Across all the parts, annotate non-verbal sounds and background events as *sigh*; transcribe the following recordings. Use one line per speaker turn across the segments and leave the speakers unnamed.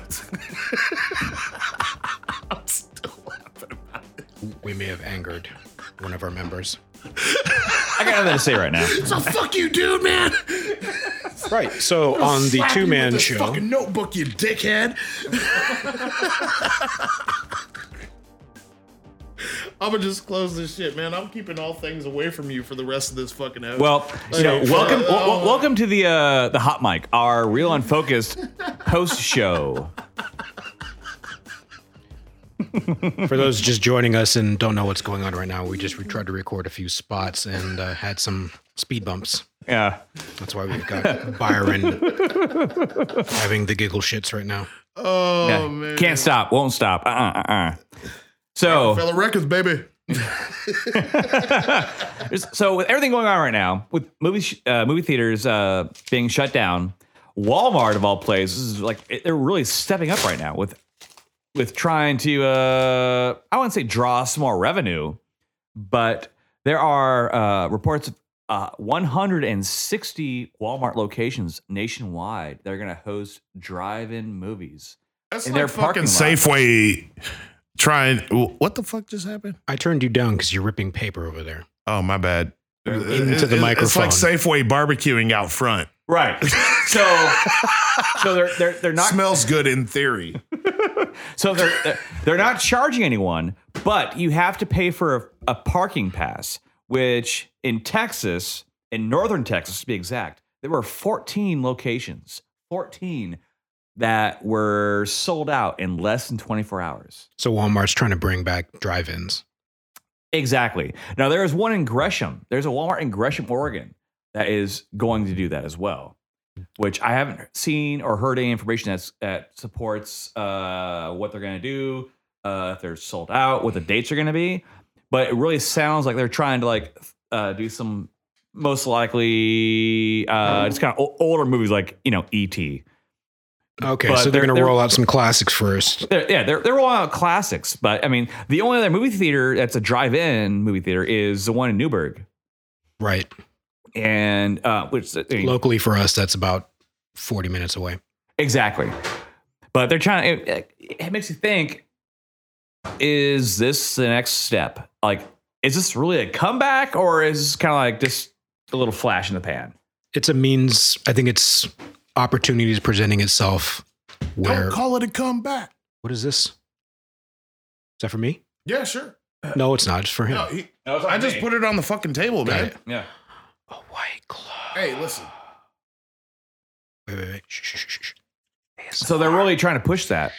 *laughs* we may have angered one of our members.
I got nothing to say right now.
So fuck you, dude, man.
Right. So on the
Slap you
two
with
man
this
show,
Fucking notebook, you dickhead. I'm gonna just close this shit, man. I'm keeping all things away from you for the rest of this fucking hour.
Well, you know,
Like,
welcome,
uh,
wel- wel- welcome to the uh, the hot mic, our real unfocused post show.
for those just joining us and don't know what's going on right now, we just we tried to record a few spots and uh, had some speed bumps.
Yeah,
That's why we've *laughs* got Byron having the giggle shits right now.
Oh
Yeah.
man,
can't stop, won't stop. Uh uh uh. uh. So,
Fella records, baby.
there's- so with everything going on right now, with movie sh- uh, movie theaters uh, being shut down, Walmart of all places is like it- they're really stepping up right now with with trying to uh, I wouldn't say draw some more revenue, but there are uh, reports of uh, 160 Walmart locations nationwide that are going to host drive-in movies.
That's
In
like
their
fucking
parking lot.
Safeway trying. What the fuck just happened?
I turned you down because you're ripping paper over there.
Oh, my bad.
Into the
It's like
microphone.
Safeway barbecuing out front.
Right. So, so they're they're they're not
Smells good in theory.
So they're, they're they're not charging anyone, but you have to pay for a, a parking pass, which in Texas, in northern Texas to be exact, there were 14 locations, 14 that were sold out in less than 24 hours.
So Walmart's trying to bring back drive-ins.
Exactly. Now there is one in Gresham. There's a Walmart in Gresham, Oregon, that is going to do that as well. Which I haven't seen or heard any information that's, that supports uh, what they're going to do, uh, if they're sold out, what the dates are going to be. But it really sounds like they're trying to like uh, do some most likely uh, just kind of o- older movies like you know E E.T.
Okay,
But
so they're,
they're-
going to
they're-
roll out some classics first.
They're, yeah, they're they're all out classics. But I mean, the only other movie theater that's a drive-in movie theater is the one in Newburgh.
Right.
and uh, which I mean,
Locally for us, that's about 40 minutes away.
exactly. But they're trying. It, it makes you think: Is this the next step? Like, is this really a comeback, or is this kind of like just a little flash in the pan?
It's a means, I think it's opportunities presenting itself where.
Don't call it a comeback.
what is this? Is that for me?
Yeah, sure.
No, it's not. It's for him.
Uh, No, he, I just put it on the fucking table,
Got
man.
it.
yeah.
A white claw.
Hey, listen.
Wait, wait, wait. Shh, shh, shh, shh, shh.
So they're really trying to push that.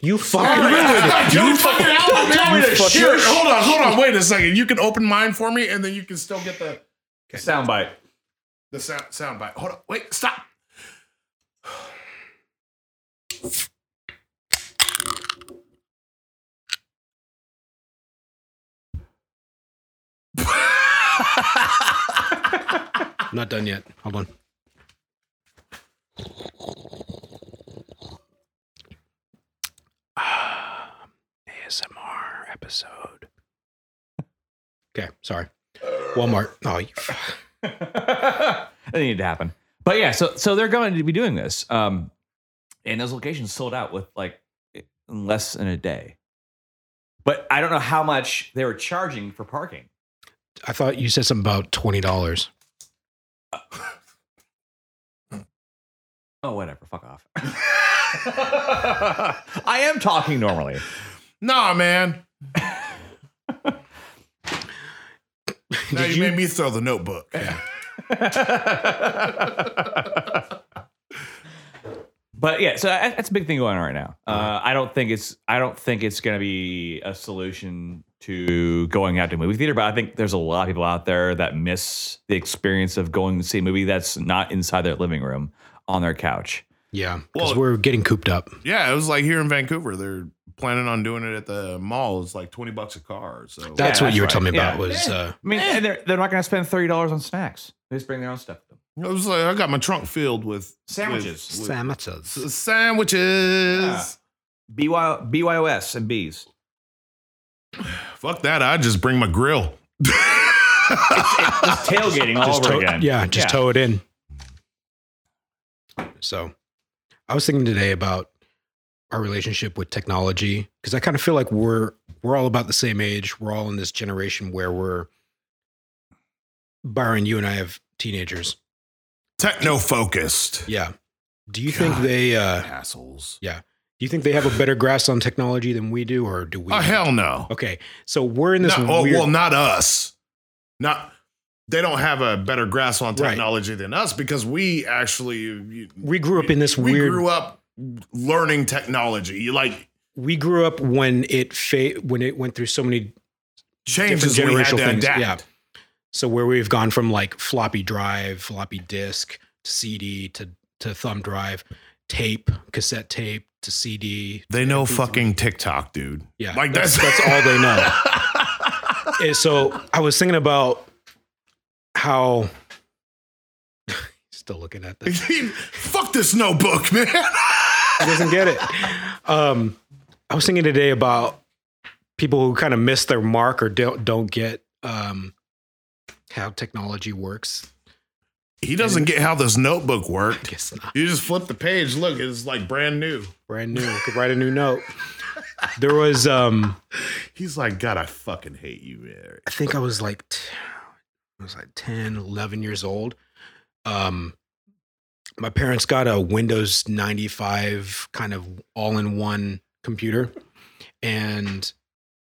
You
*laughs*
fucking.
Don't fucking Alan, tell me
you
to
fucking-
shit. Hold on, hold on, wait a second. You can open mine for me, and then you can still get the
*laughs* Soundbite.
the sound sound bite. Hold on, wait, stop. *laughs*
I'm not done yet. Hold on. *sighs* Ah, ASMR episode. *laughs* Okay, sorry. Walmart. Oh, you f-
that needed to happen. But yeah, so so they're going to be doing this, um, and those locations sold out with like in less than a day. But I don't know how much they were charging for parking.
I thought you said something about twenty dollars.
Oh, whatever. Fuck off. I am talking normally.
Nah, man. now
Did
you,
you-
made me throw the notebook.
But yeah, so that- that's a big thing going on right now. Uh, I don't think it's I don't think it's going to be a solution to going out to a movie theater. But I think there's a lot of people out there that miss the experience of going to see a movie that's not inside their living room on their couch.
Yeah, because
Well-
we're getting cooped up.
Yeah, it was like here in Vancouver. They're planning on doing it at the mall. It's like twenty bucks a car. So
That's what
that's
you were
right.
telling me
Yeah.
about. Was uh,
I mean, and they're they're not going to spend thirty dollars on snacks. They just bring their own stuff. with them.
I was like, I got my trunk filled with
Sandwiches.
with- with
sandwiches?
s- sandwiches.
BY, BYOS and bees.
Ah. Fuck that! I just bring my grill. *laughs*
Just tailgating all
Just
over
tow-
again.
Yeah, just
Yeah.
tow it in. So, I was thinking today about our relationship with technology because I kind of feel like we're we're all about the same age. We're all in this generation where we're Byron, you and I have teenagers.
Techno focused.
Yeah. Do you
God.
think they uh
Assholes.
do you think they have a better grasp on technology than we do or do we
Oh hell no.
Okay. So we're in this
No, oh,
weird
well, not us. Not they don't have a better grasp on
Right.
technology than us because we actually you-
we grew up in this
we
weird
grew up learning technology. You like
we grew up when it fa- when it went through so many
changes
Different
we had
generational
to
things,
adapt.
yeah. so where we've gone from like floppy drive, floppy disk, to CD to to thumb drive, tape, cassette tape to CD.
They know fucking TikTok, dude.
*laughs* Yeah.
Like
that's
that's-
that's all they know. And so I was thinking about how *laughs* still looking at this.
Fuck this notebook, man.
He doesn't get it. Um, I was thinking today about people who kind of miss their mark or don't don't get um, how technology works.
he doesn't get how this notebook
I
worked.
guess not.
You just flip
Flip the page. Look, it's like brand new.
Brand new. Could write a new note. There was um,
He's like, God, I fucking hate you, Eric.
I think I was like t- I was like 10, 11 years old. Um my parents got a Windows 95 kind of all-in-one computer and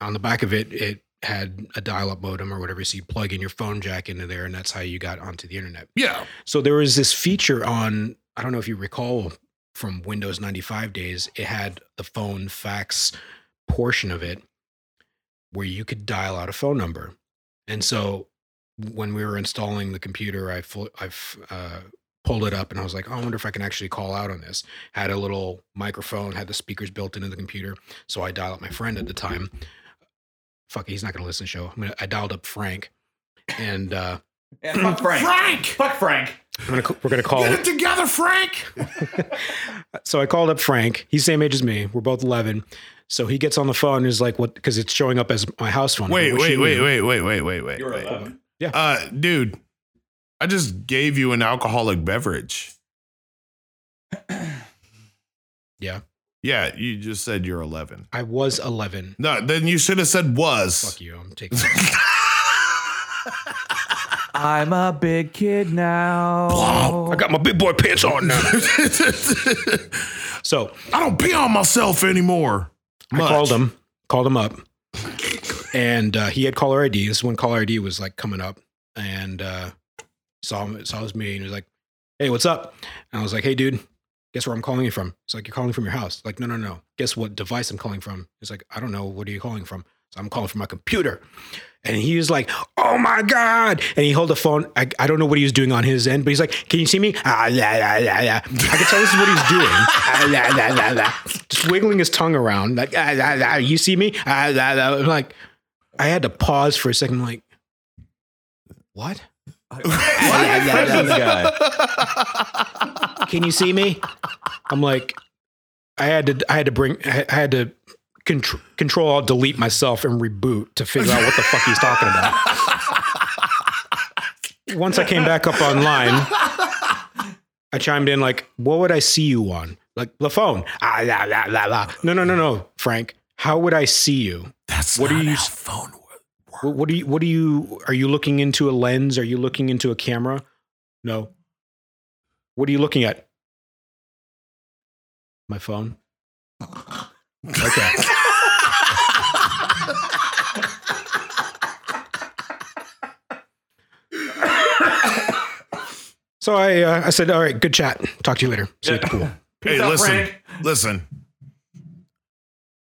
on the back of it it had a dial-up modem or whatever so you plug in your phone jack into there and that's how you got onto the internet. *clears throat*
Yeah.
So there was this feature on, I don't know if you recall from Windows 95 days, it had the phone fax portion of it where you could dial out a phone number. And so when we were installing the computer, I, fl- I f- uh, pulled it up and I was like, oh, I wonder if I can actually call out on this. Had a little microphone, had the speakers built into the computer. So I dialed up my friend at the time. Fuck, he's not going to listen to the show. I'm gonna, I dialed up Frank. And uh,
Yeah, fuck Frank.
Frank!
Fuck Frank.
I'm gonna, c- we're going to call
Get it together, Frank.
so I called up Frank. He's same age as me. We're both 11. So he gets on the phone and is like, what? Because it's showing up as my house phone.
Wait,
Which
wait,
he
wait,
knew.
wait, wait, wait, wait, wait.
You were
wait.
11.
Uh, dude, I just gave you an alcoholic beverage.
*clears throat* Yeah.
Yeah, you just said you're 11.
I was 11.
No, then you should have said was.
Fuck you. I'm
*laughs*
taking
I'm a big kid now.
I got my big boy pants on now.
*laughs*
So
I don't pee on myself anymore.
I
Much.
called him, called him up, and uh, he had caller ID. This is when caller ID was like coming up, and uh, saw him, saw his me, and he was like, "Hey, what's up?" And I was like, "Hey, dude, guess where I'm calling you from?" He's like, "You're calling from your house." Like, no, no, no. Guess what device I'm calling from? He's like, "I don't know. What are you calling from?" So I'm calling from my computer. And he was like, "Oh my god!" And he held the phone. I, I don't know what he was doing on his end, but he's like, "Can you see me?" Ah, la, la, la, la. I can tell this is what he's doing. Ah, la, la, la, la. Just wiggling his tongue around, like, ah, la, la, "You see me?" Ah, la, la. I'm like, I had to pause for a second. I'm like, *laughs* "What?
I got friends with the guy.
Can you see me?" I'm like, I had to, I had to bring, I I had to contr- control, all delete myself and reboot to figure out what the fuck he's talking about. Once I came back up online. I chimed in like, "What would I see you on?" Like the phone. Ah, la la la la. No, no, no, no, Frank. How would I see you?
That's
What
what
do
not
you
you
s-
phone was.
What, what do you? What do you? Are you looking into a lens? Are you looking into a camera? No. What are you looking at? My phone. Okay. so I, uh, I said, "All right, good chat. Talk to you later. See you at the pool."
*laughs* Peace
*laughs* Hey,
out,
listen.
Frank.
Listen,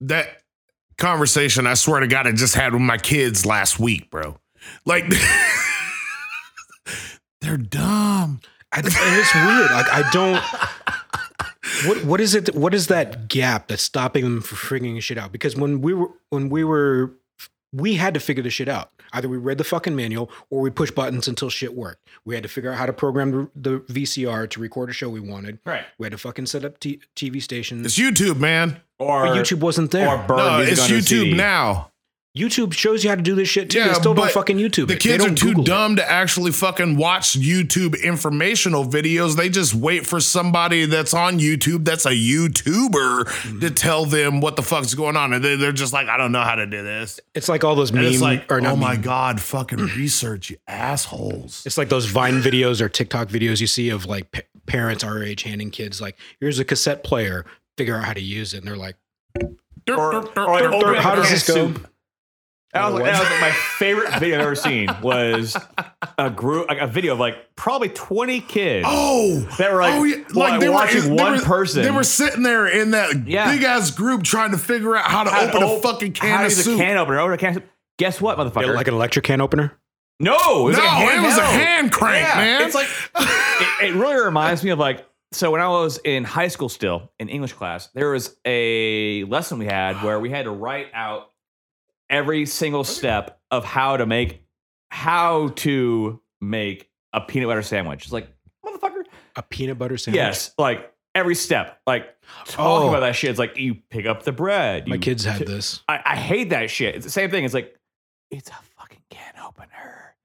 that conversation, I swear to God, I just had with my kids last week, bro. Like, *laughs* they're dumb.
I, and it's weird. Like I don't. What what is it? What is that gap that's stopping them from figuring shit out? Because when we were when we were we had to figure this shit out. Either we read the fucking manual or we pushed buttons until shit worked. We had to figure out how to program the, the VCR to record a show we wanted.
Right.
We had to fucking set up t- TV stations.
It's YouTube, man.
Or
But YouTube wasn't there.
Or burn
No,
music
it's
onto a CD.
YouTube now.
YouTube shows you how to do this shit too.
Yeah,
they still don't
but
fucking YouTube.
The
it. They
kids are
don't
too
Google it.
dumb to actually fucking watch YouTube informational videos. They just wait for somebody that's on YouTube that's a YouTuber
Mm-hmm.
to tell them what the fuck's going on. And they- they're just like, I don't know how to do this.
It's like all those
And
memes
it's like,
or not
oh my
meme.
God, fucking research, you assholes.
It's like those Vine videos or TikTok videos you see of like pa- parents our age handing kids like, "Here's a cassette player. Figure out how to use it." And they're like,
Or, or like,
Or how does this go?
That was, that was like my favorite video I've ever seen was a group, like a video of like probably 20 kids.
Oh,
They were like-
yeah,
well, like watching one person.
They were sitting there in that
Yeah.
big ass group trying to figure out how to
How to
open a
op-
fucking
how
can
to
of
use
soup.
a can opener, open a can of soup. Guess what, motherfucker?
like an electric can opener.
no, it was
no,
like a
it was a
handheld.
hand crank,
Yeah,
man.
*laughs*
It's like it, it really reminds me of like so when I was in high school still in English class, there was a lesson we had where we had to write out every single step of how to make how to make a peanut butter sandwich. It's like motherfucker.
A peanut butter sandwich.
Yes, like every step, like talking
Oh.
about that shit. It's like you pick up the bread.
My
you
kids
t-
had this.
I, I hate that shit. It's the same thing. It's like, it's a fucking can opener.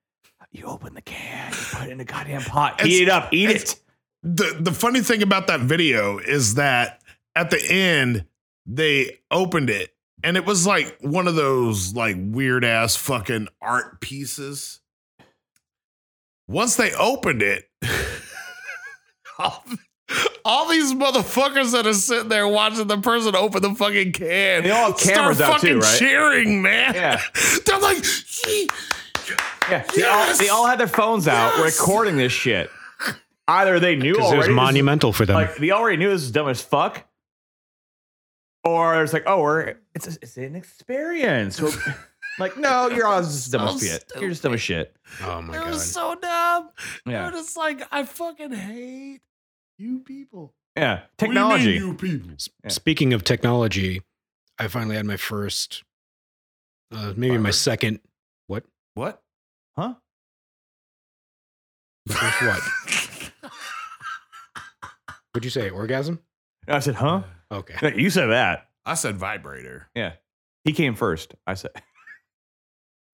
You open the can, you put it in a goddamn pot,
It's-
eat it up, eat
it's-
it.
the the funny thing about that video is that at the end they opened it and it was like one of those like weird ass fucking art pieces. Once they opened it, *laughs* all, all these motherfuckers that are sitting there watching the person open the fucking can
They all have cameras
start
out too,
fucking
right?
cheering, man.
Yeah.
*laughs* They're like, "Yee."
Yeah, they, all, they all had their phones out
Yes!
recording this shit. Either they knew
Because it
already,
was
this is-
monumental for them.
like they already knew this is dumb as fuck, or it's like, oh, we're it's it's an experience.
*laughs*
We're- like, no, you're all just dumb as
So
shit. You're just dumb as shit.
oh my
It
god.
was so dumb.
Yeah,
Dude, it's like I fucking hate you people.
yeah.
What do you mean,
Technology.
you people.
S-
Yeah.
Speaking of technology, I finally had my first, uh, maybe my
Fiber.
second. What?
What? *laughs*
My first what? Would you say orgasm?
I said, huh?
Okay.
You said that.
I said vibrator.
He came first. I *laughs* said.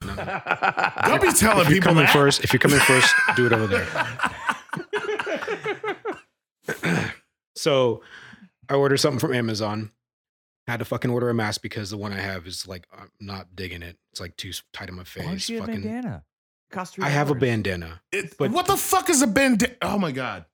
Don't be telling
If you're
people
coming
that.
first, if you're coming first, do it over there. So I ordered something from Amazon. Had to fucking order a mask because the one I have is like I'm not digging it. It's like too s- tight on my
Why don't
face.
you get a
Fucking,
bandana? Cost three
I have a
dollars.
bandana.
It-
But-
what the fuck is a band? Oh my god.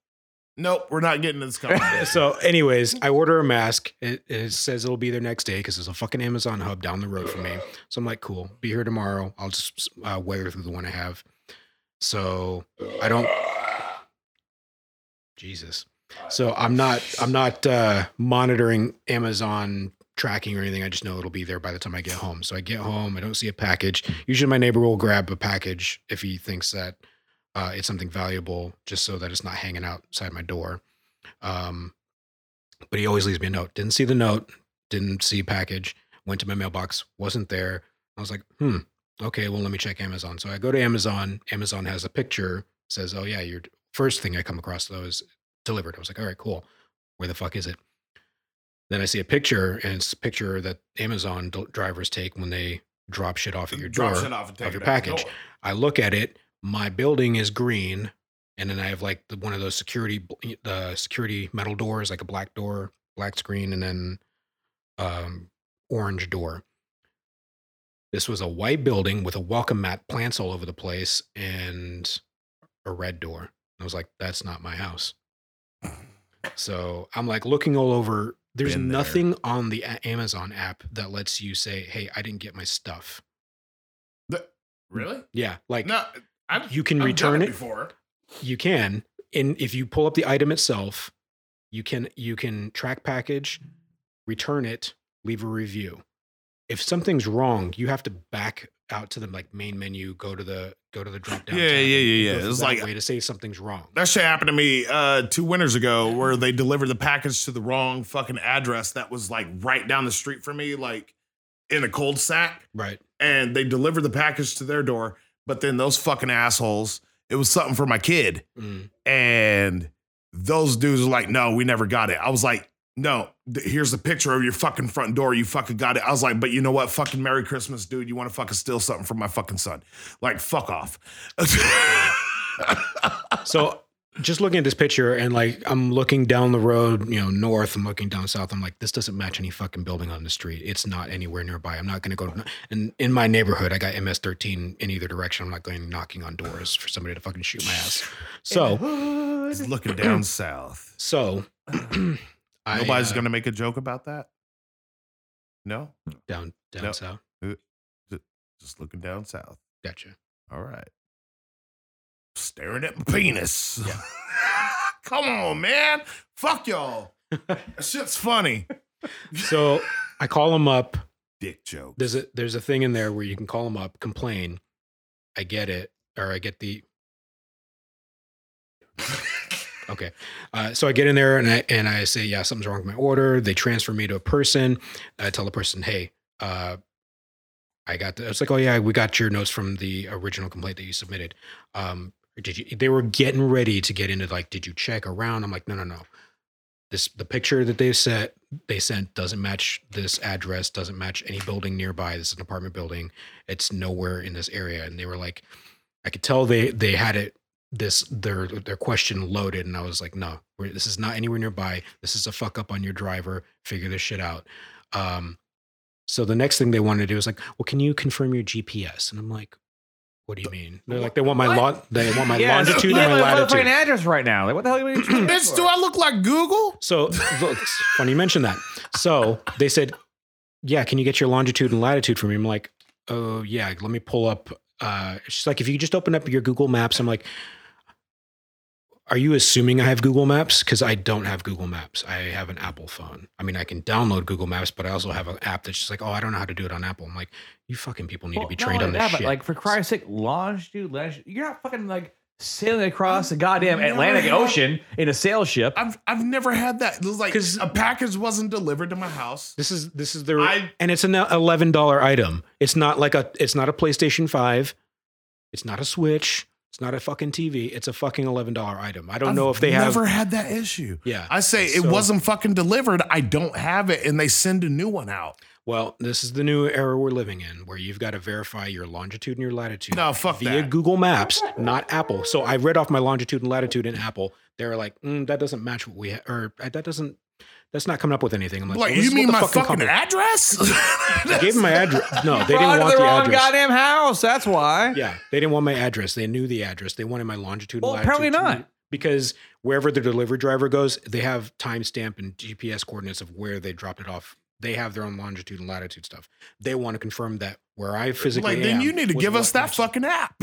Nope, we're not
*laughs*
getting this coming.
So, anyways, I order a mask. It, it says it'll be there next day because there's a fucking Amazon hub down the road from me. So I'm like, cool, be here tomorrow. I'll just uh, weather through the one I have. So I don't. Jesus. So I'm not. I'm not uh, monitoring Amazon tracking or anything. I just know it'll be there by the time I get home. So I get home. I don't see a package. Usually, my neighbor will grab a package if he thinks that uh, it's something valuable, just so that it's not hanging outside my door. Um, but he always leaves me a note. Didn't see the note, didn't see package, went to my mailbox, wasn't there. I was like, hmm, okay, well, let me check Amazon. So I go to Amazon. Amazon has a picture, says, oh, yeah, your first thing I come across, though, is delivered. I was like, all right, cool. Where the fuck is it? Then I see a picture, and it's a picture that Amazon del- drivers take when they drop shit off at your door.
Drop shit off and take
of your
it out the
package.
door.
I look at it. My building is green, and then I have like the, one of those security, bl- the security metal doors, like a black door, black screen, and then um, orange door. This was a white building with a welcome mat, plants all over the place, and a red door. I was like, "That's not my house." So I'm like looking all over. There's
Been there.
nothing on the A- Amazon app that lets you say, "Hey, I didn't get my stuff."
The- really?
Yeah, like
No, I've,
you can
I've
return
done
it.
before.
you can and if you pull up the item itself you can you can track package return it leave a review if something's wrong you have to back out to the like main menu go to the go to the drop down
Yeah, yeah, yeah, yeah. It's
it's
like-
like way to say something's wrong
That shit happened to me uh, two winters ago where they delivered the package to the wrong fucking address that was like right down the street from me, like in a cold sack.
right
and they delivered the package to their door. But then those fucking assholes, it was something for my kid.
Mm.
And those dudes were like, no, we never got it. I was like, no, th- here's a picture of your fucking front door. You fucking got it. I was like, but you know what? Fucking Merry Christmas, dude. You want to fucking steal something from my fucking son? Like, fuck off. *laughs*
So just looking at this picture and like I'm looking down the road, you know, north, I'm looking down south. I'm like, this doesn't match any fucking building on the street. It's not anywhere nearby. I'm not going to go. And in my neighborhood, I got MS 13 in either direction. I'm not going knocking on doors for somebody to fucking shoot my
*laughs*
ass. So,
He's looking down south.
so *clears throat* I,
Nobody's
uh,
gonna make a joke about that. No,
down, down
No.
south.
just looking down south.
Gotcha.
All right. Staring at my penis. *laughs* Come on, man.
*laughs*
Fuck y'all. that shit's funny.
So I call him up.
Dick joke.
There's a, there's a thing in there where you can call him up, complain. I get it. Or I get the, Okay. Uh, so I get in there and I and I say, yeah, something's wrong with my order. They transfer me to a person. I tell the person, hey, uh, I got. The, it's like, oh yeah, we got your notes from the original complaint that you submitted. Um, did you? They were getting ready to get into like, did you check around? I'm like, no, no, no. This the picture that they sent they sent doesn't match this address. Doesn't match any building nearby. This is an apartment building. It's nowhere in this area. And they were like, I could tell they they had it this their their question loaded and i was like no we're, this is not anywhere nearby this is a fuck up on your driver figure this shit out um so the next thing they wanted to do was like well can you confirm your gps and i'm like what do you mean they're like they want my
What?
lot they want
*laughs*
my
Yeah,
longitude
you
and my
have a motherfucking
latitude
address right now. Like, what the hell are you doing?
Bitch, do I look like Google?
so look, it's funny you mentioned that. So they said, "Yeah, can you get your longitude and latitude for me?" I'm like, "Oh yeah, let me pull up." Uh, she's like, "If you just open up your Google Maps," I'm like, "Are you assuming I have Google Maps? Because I don't have Google Maps. I have an Apple phone. I mean, I can download Google Maps, but I also have an app that's just like, oh, I don't know how to do it on Apple." I'm like, "You fucking people need
Well,
to be
not
trained
only
on this
that, but,
shit."
Like for Christ's sake, longitude, latitude. You're not fucking like sailing across the goddamn
Never
Atlantic
had-
Ocean in a sail ship.
I've I've never had that. It was like
'Cause-
a package wasn't delivered to my house.
This is this is their
I-
and it's an eleven dollar item. It's not like a it's not a PlayStation Five. It's not a Switch. It's not a fucking TV. It's a fucking eleven dollar item. I don't know if they
never
have.
never had that issue.
Yeah.
I say it
So-
wasn't fucking delivered. I don't have it, and they send a new one out.
Well, this is the new era we're living in, where you've got to verify your longitude and your latitude
No, fuck
via
that.
Google Maps, not Apple. So I read off my longitude and latitude in Apple. They're like, mm, that doesn't match what we ha- or uh, that doesn't. That's not coming up with anything. I'm like,
Like,
well, this
you
is what
mean
the
my
fucking
fucking,
company-
address? *laughs*
I gave them my address. No, they
Brought
didn't want
her to the
the
wrong
address.
goddamn house. That's why.
Yeah, they didn't want my address. They knew the address. They wanted my longitude.
Well,
and
apparently
latitude
not.
Because wherever the delivery driver goes, they have timestamp and GPS coordinates of where they dropped it off. They have their own longitude and latitude stuff. They want to confirm that where I physically
like, then
am
you need to
was
give
what
us that
person-
fucking app.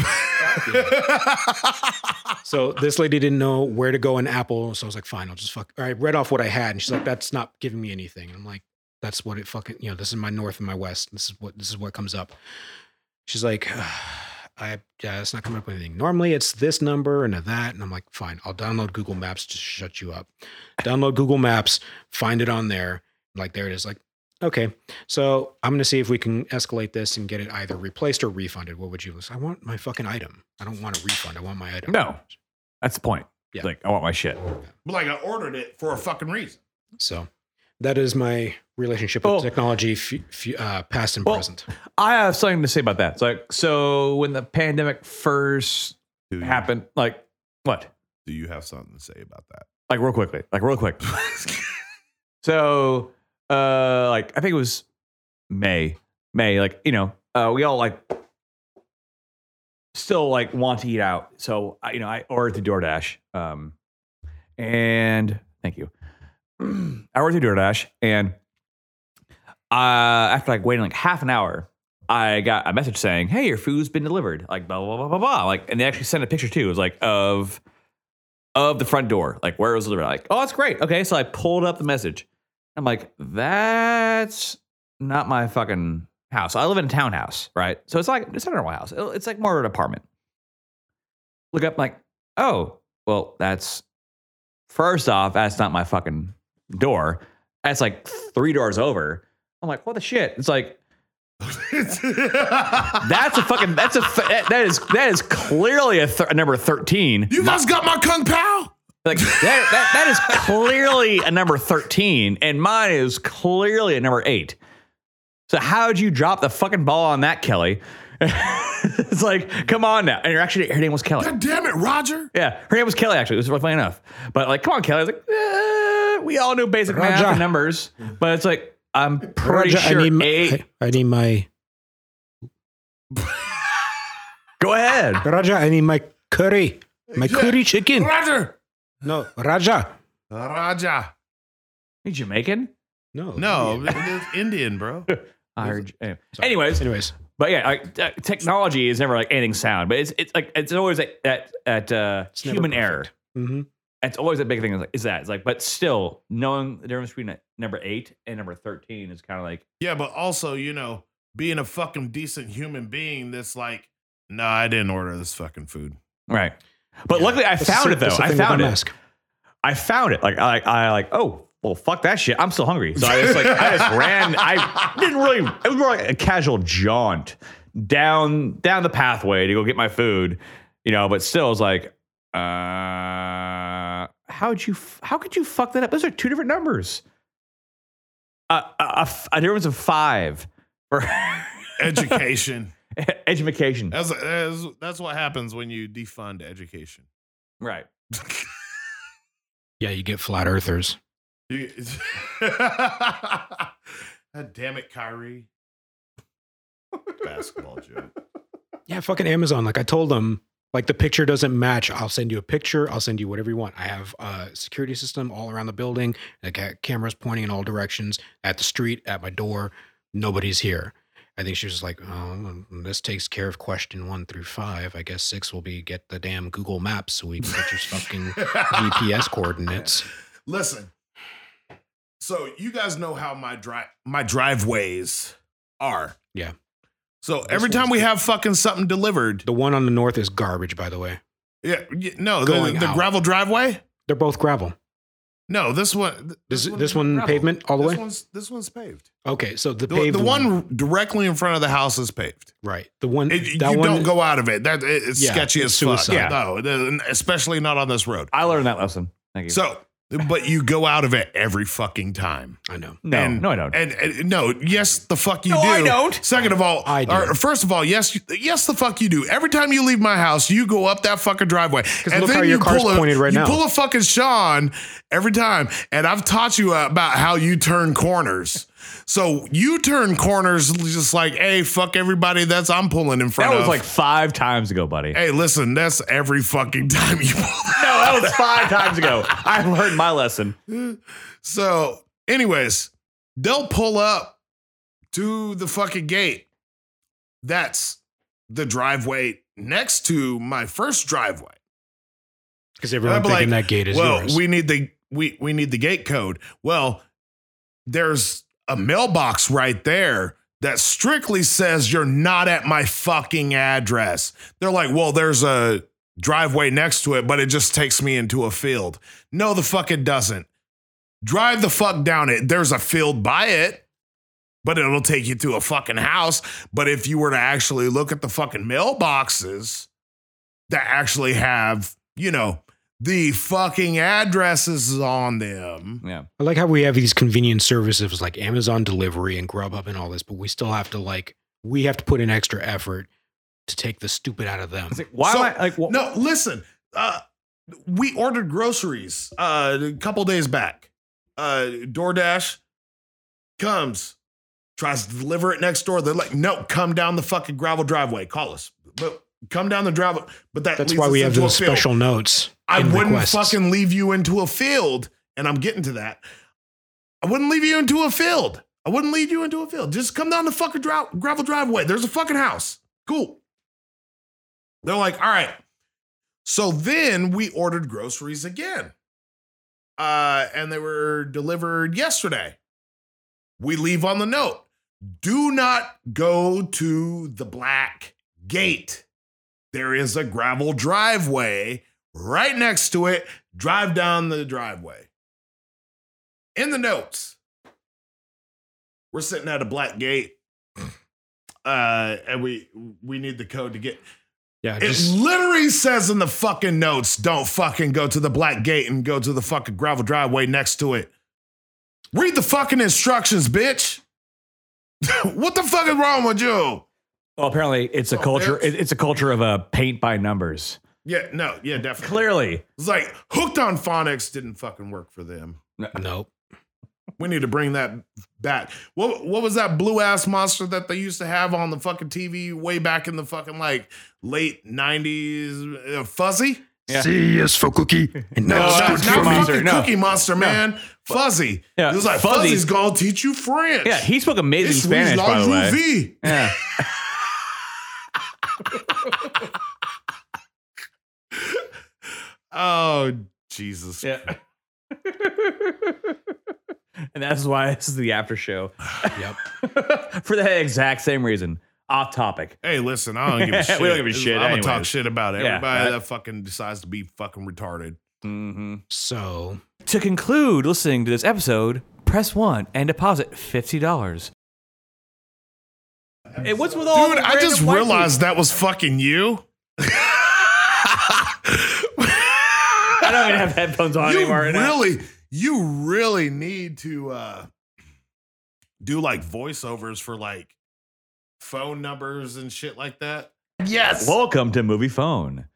*laughs*
So this lady didn't know where to go in Apple, so I was like, "Fine, I'll just fuck." I read off what I had, and she's like, "That's not giving me anything." And I'm like, "That's what it fucking you know. This is my north and my west. This is what this is what comes up." She's like, *sighs* "I yeah, it's not coming up with anything. Normally it's this number and a that." And I'm like, "Fine, I'll download Google Maps to shut you up. Download Google Maps, find it on there. Like there it is. Like." Okay, so I'm gonna see if we can escalate this and get it either replaced or refunded. What would you? I want my fucking item. I don't want a refund. I want my item.
No, that's the point.
Yeah.
Like, I want my shit.
like, I ordered it for a fucking reason.
So that is my relationship with
Oh.
technology, f- f- uh, past and
Well,
present.
I have something to say about that. It's like, so when the pandemic first
Do you,
happened, like, what?
do you have something to say about that?
like real quickly, like real quick.
*laughs*
so, uh, like I think it was May, May, like you know, uh, we all like still like want to eat out. So I, you know, I ordered through DoorDash, um, and thank you. *clears throat* I ordered through DoorDash, and uh, after like waiting like half an hour. I got a message saying, "Hey, your food's been delivered." Like blah blah blah blah blah. Like, and they actually sent a picture too. It was like of of the front door, like where it was delivered. Like, oh, that's great. Okay, so I pulled up the message. I'm like, that's not my fucking house. I live in a townhouse, right? So it's like it's not a normal house. It- It's like more of an apartment. Look up, like, oh, well, that's first off, that's not my fucking door. That's like three doors over. I'm like, what the shit? It's like
*laughs*
that's a fucking that's a that is that is clearly a, th- a number thirteen.
you guys got my Kung Pao?
Like that, that, that is clearly a number 13, and mine is clearly a number eight. So how'd you drop the fucking ball on that, Kelly? *laughs* it's like, come on now. And you're actually her name was Kelly.
God damn it, Roger.
Yeah, her name was Kelly. Actually, this was funny enough. But like, come on, Kelly. I was like, eh, we all knew basic math
Roger.
and numbers, but it's like I'm pretty
Roger,
sure
I need, my-
eight.
*laughs* I, I need my
Go ahead.
Raja. I need my curry, my
Yeah.
curry chicken.
Roger.
No, Raja.
Raja.
You Jamaican?
No,
No, *laughs* it's Oh, Indian, bro.
I heard. anyway.
Sorry.
Anyways,
Anyways,
but yeah, like, uh, technology is never like anything sound, but it's it's like it's always like that at uh,
It's never
human
perfect.
error.
Mhm.
It's always a big thing. Is like is that? It's like, but still knowing the difference between a number eight and number thirteen is kind of like
Yeah, but also, you know, being a fucking decent human being that's like, no, I didn't order this fucking *laughs* food.
right. But luckily, I
That's the
found
thing-
it though.
that's the
I
thing with
found
my
it.
mask.
I found it. Like I, I like, oh, well, fuck that shit. I'm still hungry. So I just like, I
*laughs*
just ran. I didn't really. It was more like a casual jaunt down down the pathway to go get my food. You know, but still, it's like, uh, how'd you? f- How could you fuck that up? Those are two different numbers. A a- a f- a difference of five for *laughs*
Education.
education.
that's, that's, that's what happens when you defund education. *laughs*
Right.
Yeah, you get flat earthers.
You- *laughs* God damn it, Kyrie. Basketball joke.
Yeah, fucking Amazon. Like I told them, like the picture doesn't match. I'll send you a picture. I'll send you whatever you want. I have a security system all around the building. I got cameras pointing in all directions at the street, at my door. Nobody's here. I think she was just like, oh, this takes care of question one through five. I guess six will be get the damn Google Maps so we can
*laughs*
get your fucking GPS coordinates.
Listen. So you guys know how my drive my driveways are.
Yeah.
So every time we have fucking something delivered,
The one on the north is garbage, by the way.
yeah, y- no, the,
Going
the
out.
gravel driveway.
They're both gravel.
No, this one. th-
This this,
is
one
gravel.
pavement all the
This
way.
one's this one's paved.
Okay, so the,
The,
paved
the one directly in front of the house is paved.
right? The one
It,
that
you
one
don't go out of it. That it- it's
Yeah,
sketchy
it's
as fuck.
suicide.
No, th- especially not on this road.
I learned that lesson. Thank you.
So, but you go out of it every fucking time.
I know.
no,
and-
no, I don't.
And, and no, yes, the fuck you
No,
do.
I don't.
Second of all,
I do.
Or, first of all, yes, you- yes, the fuck you do. Every time you leave my house, you go up that fucking driveway, and
look how your car's
pull a,
pointed right
you
now.
pull a fucking Sean every time, and I've taught you about how you turn corners. So you turn corners just like, hey, fuck everybody. That's I'm pulling in front
that was
of.
like five times ago, buddy.
hey, listen, that's every fucking *laughs* time you pull.
No, that was five times ago. I learned my lesson.
*laughs* So, anyways, they'll pull up to the fucking gate. That's the driveway next to my first driveway.
Because everyone
I'd be
thinking
like,
that gate is
well,
yours.
we need the we we need the gate code. Well, there's a mailbox right there that strictly says you're not at my fucking address. They're like, "Well, there's a driveway next to it, but it just takes me into a field." No, the fuck it doesn't. Drive the fuck down it. There's a field by it, but it'll take you to a fucking house. But if you were to actually look at the fucking mailboxes that actually have, you know, the fucking addresses on them.
Yeah.
I like how we have these convenient services like Amazon delivery and Grubhub and all this, but we still have to like we have to put in extra effort to take the stupid out of them.
It's like, why am
So-
I like, wh-
No, listen. Uh, we ordered groceries uh, a couple days back. Uh, DoorDash comes, tries to deliver it next door. They're like, "No, come down the fucking gravel driveway. Call us." But come down the driveway. But that
That's
leads
why
us
we have
into a
those
field.
special notes.
I
in
wouldn't
requests.
fucking leave you into a field, and I'm getting to that. I wouldn't leave you into a field. I wouldn't lead you into a field. Just come down the fucking dra- gravel driveway. There's a fucking house. Cool. They're like, all right. So then we ordered groceries again, uh, and they were delivered yesterday. We leave on the note: do not go to the black gate. There is a gravel driveway right next to it, drive down the driveway. In the notes, we're sitting *clears throat* at a black gate. Uh, and we we need the code to get
Yeah,
It
just
literally says in the fucking notes, don't fucking go to the black gate and go to the fucking gravel driveway next to it. Read the fucking instructions, bitch. *laughs* what the fuck is wrong with you?
Well, apparently it's a
Oh,
culture.
there's-
it- It's a culture of uh, paint by numbers.
Yeah, no, yeah, definitely.
Clearly,
It's like hooked on phonics didn't fucking work for them.
nope.
We need to bring that back. What what was that blue ass monster that they used to have on the fucking TV way back in the fucking like late nineties? Uh, fuzzy?
Yeah.
C is for cookie, and
No,
it's
not,
Oh, Cookie
not
Monster,
fucking
no.
Cookie Monster, man. Fuzzy.
Yeah,
It was like
Fuzzy.
Fuzzy's gonna teach you French.
yeah, he spoke amazing
It's
Spanish.
la
By the way,
juvie.
*laughs* yeah.
Oh Jesus!
Yeah. and that's why this is the after
*sighs*
show.
Yep.
*laughs* For that exact same reason. Off topic.
Hey, listen, I don't give a
*laughs*
shit.
We don't give a shit
I'm gonna talk
anyways.
shit about
Yeah,
everybody
right.
that fucking decides to be fucking retarded. Mm-hmm.
So
To conclude listening to this episode, press one and deposit $50. Hey, what's with all
Dude,
the
I just
random white
realized that was fucking you.
people? I don't even have headphones on
you
anymore. right now.
really, you really need to uh, do like voiceovers for like phone numbers and shit like that. Yes.
Welcome to Movie Phone.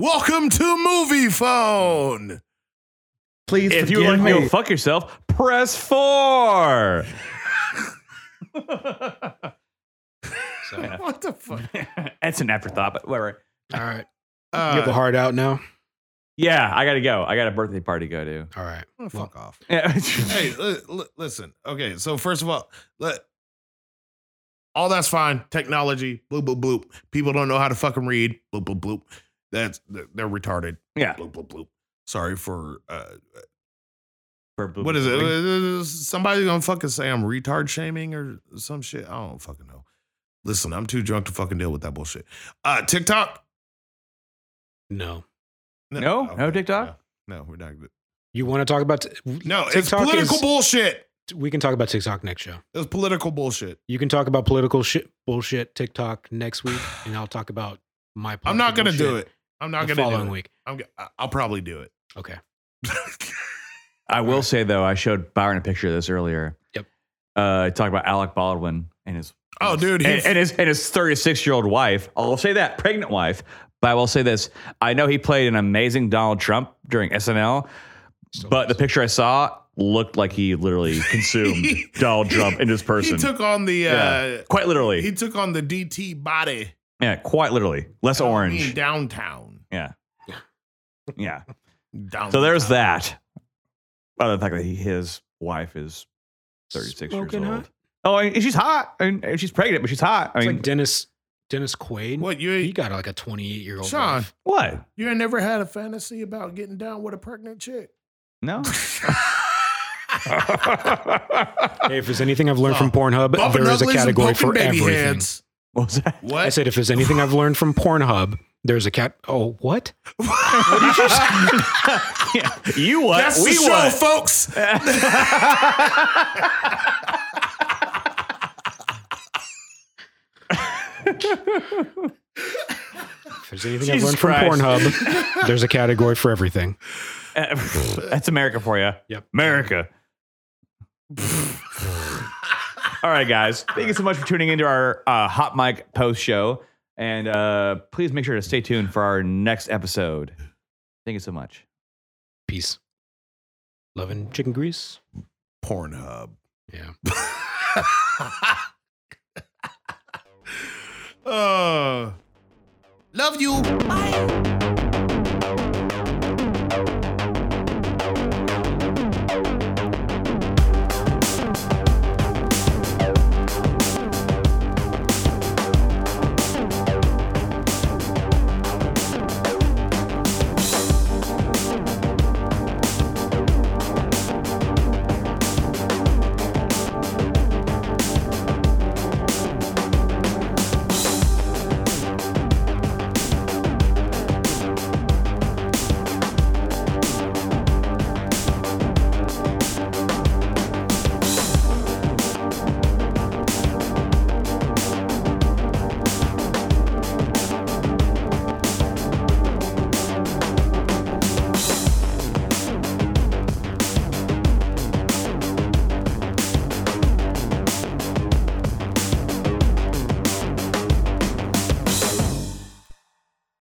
Welcome to movie phone.
Please
If you would
forgive
like me
me.
to go fuck yourself, press four.
so all
What the fuck?
*laughs* That's an afterthought, but whatever.
right. you
Uh,
have a heart out now?
Yeah, I gotta go. I got a birthday party to go to.
All right.
oh, fuck off.
Yeah.
Hey, li- li- listen. Okay, so first of all, let all that's fine. Technology, bloop bloop bloop. People don't know how to fucking read. Bloop bloop bloop. That's they're retarded.
yeah.
Bloop bloop bloop. Sorry for uh,
*laughs* For blue-
what is it? Uh, Somebody gonna fucking say I'm retard shaming or some shit. I don't fucking know. Listen, I'm too drunk to fucking deal with that bullshit. Uh, TikTok.
No.
No? No TikTok?
No, no, we're not. gonna-
You want to talk about? T-
No, it's
TikTok
political
is-
bullshit.
we can talk about TikTok next show.
It's political bullshit.
You can talk about political shit, bullshit, TikTok next week, and I'll talk about my.
I'm not gonna
political
do
shit
it. I'm not
the
gonna do
following
it.
week.
I'm, g- I- I'll probably do it.
Okay.
I will say though, I showed Byron a picture of this earlier.
Yep.
Uh, talk about Alec Baldwin and
*laughs*
his
*laughs* oh, dude. He,
and, and his and his 36 year old wife. I'll say that pregnant wife. But I will say this: I know he played an amazing Donald Trump during SNL,
So-
but the picture I saw looked like he
*laughs*
literally consumed Donald Trump in his person.
he took on the.
Yeah.
Uh,
quite literally,
he took on the DT body.
yeah, quite literally. Less
I mean,
orange.
downtown.
Yeah.
*laughs*
Yeah.
Downtown.
So there's that. Other than the fact that he, his wife is 36
Smoking
years
hot?
old. Oh, and she's hot. And, and she's pregnant, but she's hot. I
It's
mean,
like Dennis Dennis Quaid.
What
He
you
got like a 28 year old.
Sean.
*laughs* what?
you ain't never had a fantasy about getting down with a
*laughs*
pregnant chick?
No. *laughs*
Hey, if there's anything I've learned from
Oh,
Pornhub,
Bumping
there is a
uglies and
category
poking
for everything.
what was that? *laughs*
What?
I said, if there's anything I've learned from Pornhub, there's a cat. Oh, what?
Yeah. You what?
That's
we
the show,
what?
folks.
If there's anything
Jesus
I've learned
Christ.
from
*laughs*
Pornhub, there's a category for everything.
Uh, *laughs* That's America for you.
Yep.
America. All right, guys. Thank you so much for tuning into our uh, Hot Mic post show. And uh, please make sure to stay tuned for our next episode. Thank you so much.
Peace. Loving chicken grease.
Pornhub.
Yeah.
*laughs* Uh, love you.
Bye.